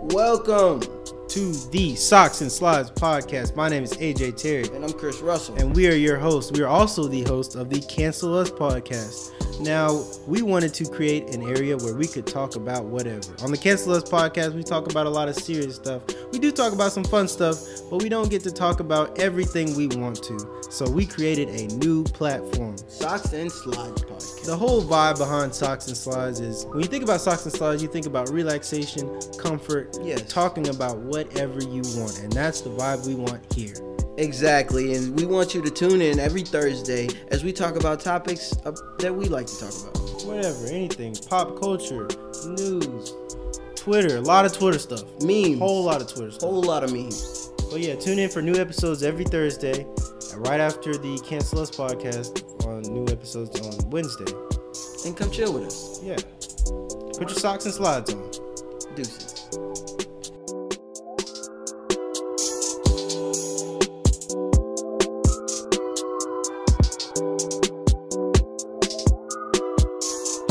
Welcome. to the Socks and Slides podcast. My name is AJ Terry, And I'm Chris Russell. and we are your hosts. We are also the host of the Cancel Us podcast. Now, we wanted to create an area where we could talk about whatever. On the Cancel Us podcast, we talk about a lot of serious stuff. We do talk about some fun stuff, but we don't get to talk about everything we want to. So, we created a new platform. Socks and Slides podcast. The whole vibe behind socks and slides is when you think about socks and slides, you think about relaxation, comfort, Yes. talking about whatever you want, and that's the vibe we want here. Exactly. And we want you to tune in every Thursday as we talk about topics uh, that we like to talk about. Whatever, anything, pop culture, news, Twitter, a lot of Twitter stuff, Memes. whole lot of Twitter stuff. Whole lot of memes. But yeah, tune in for new episodes every Thursday, and right after the Cancel Us podcast on new episodes on Wednesday. And come chill with us. Yeah, put your socks and slides on. Deuces.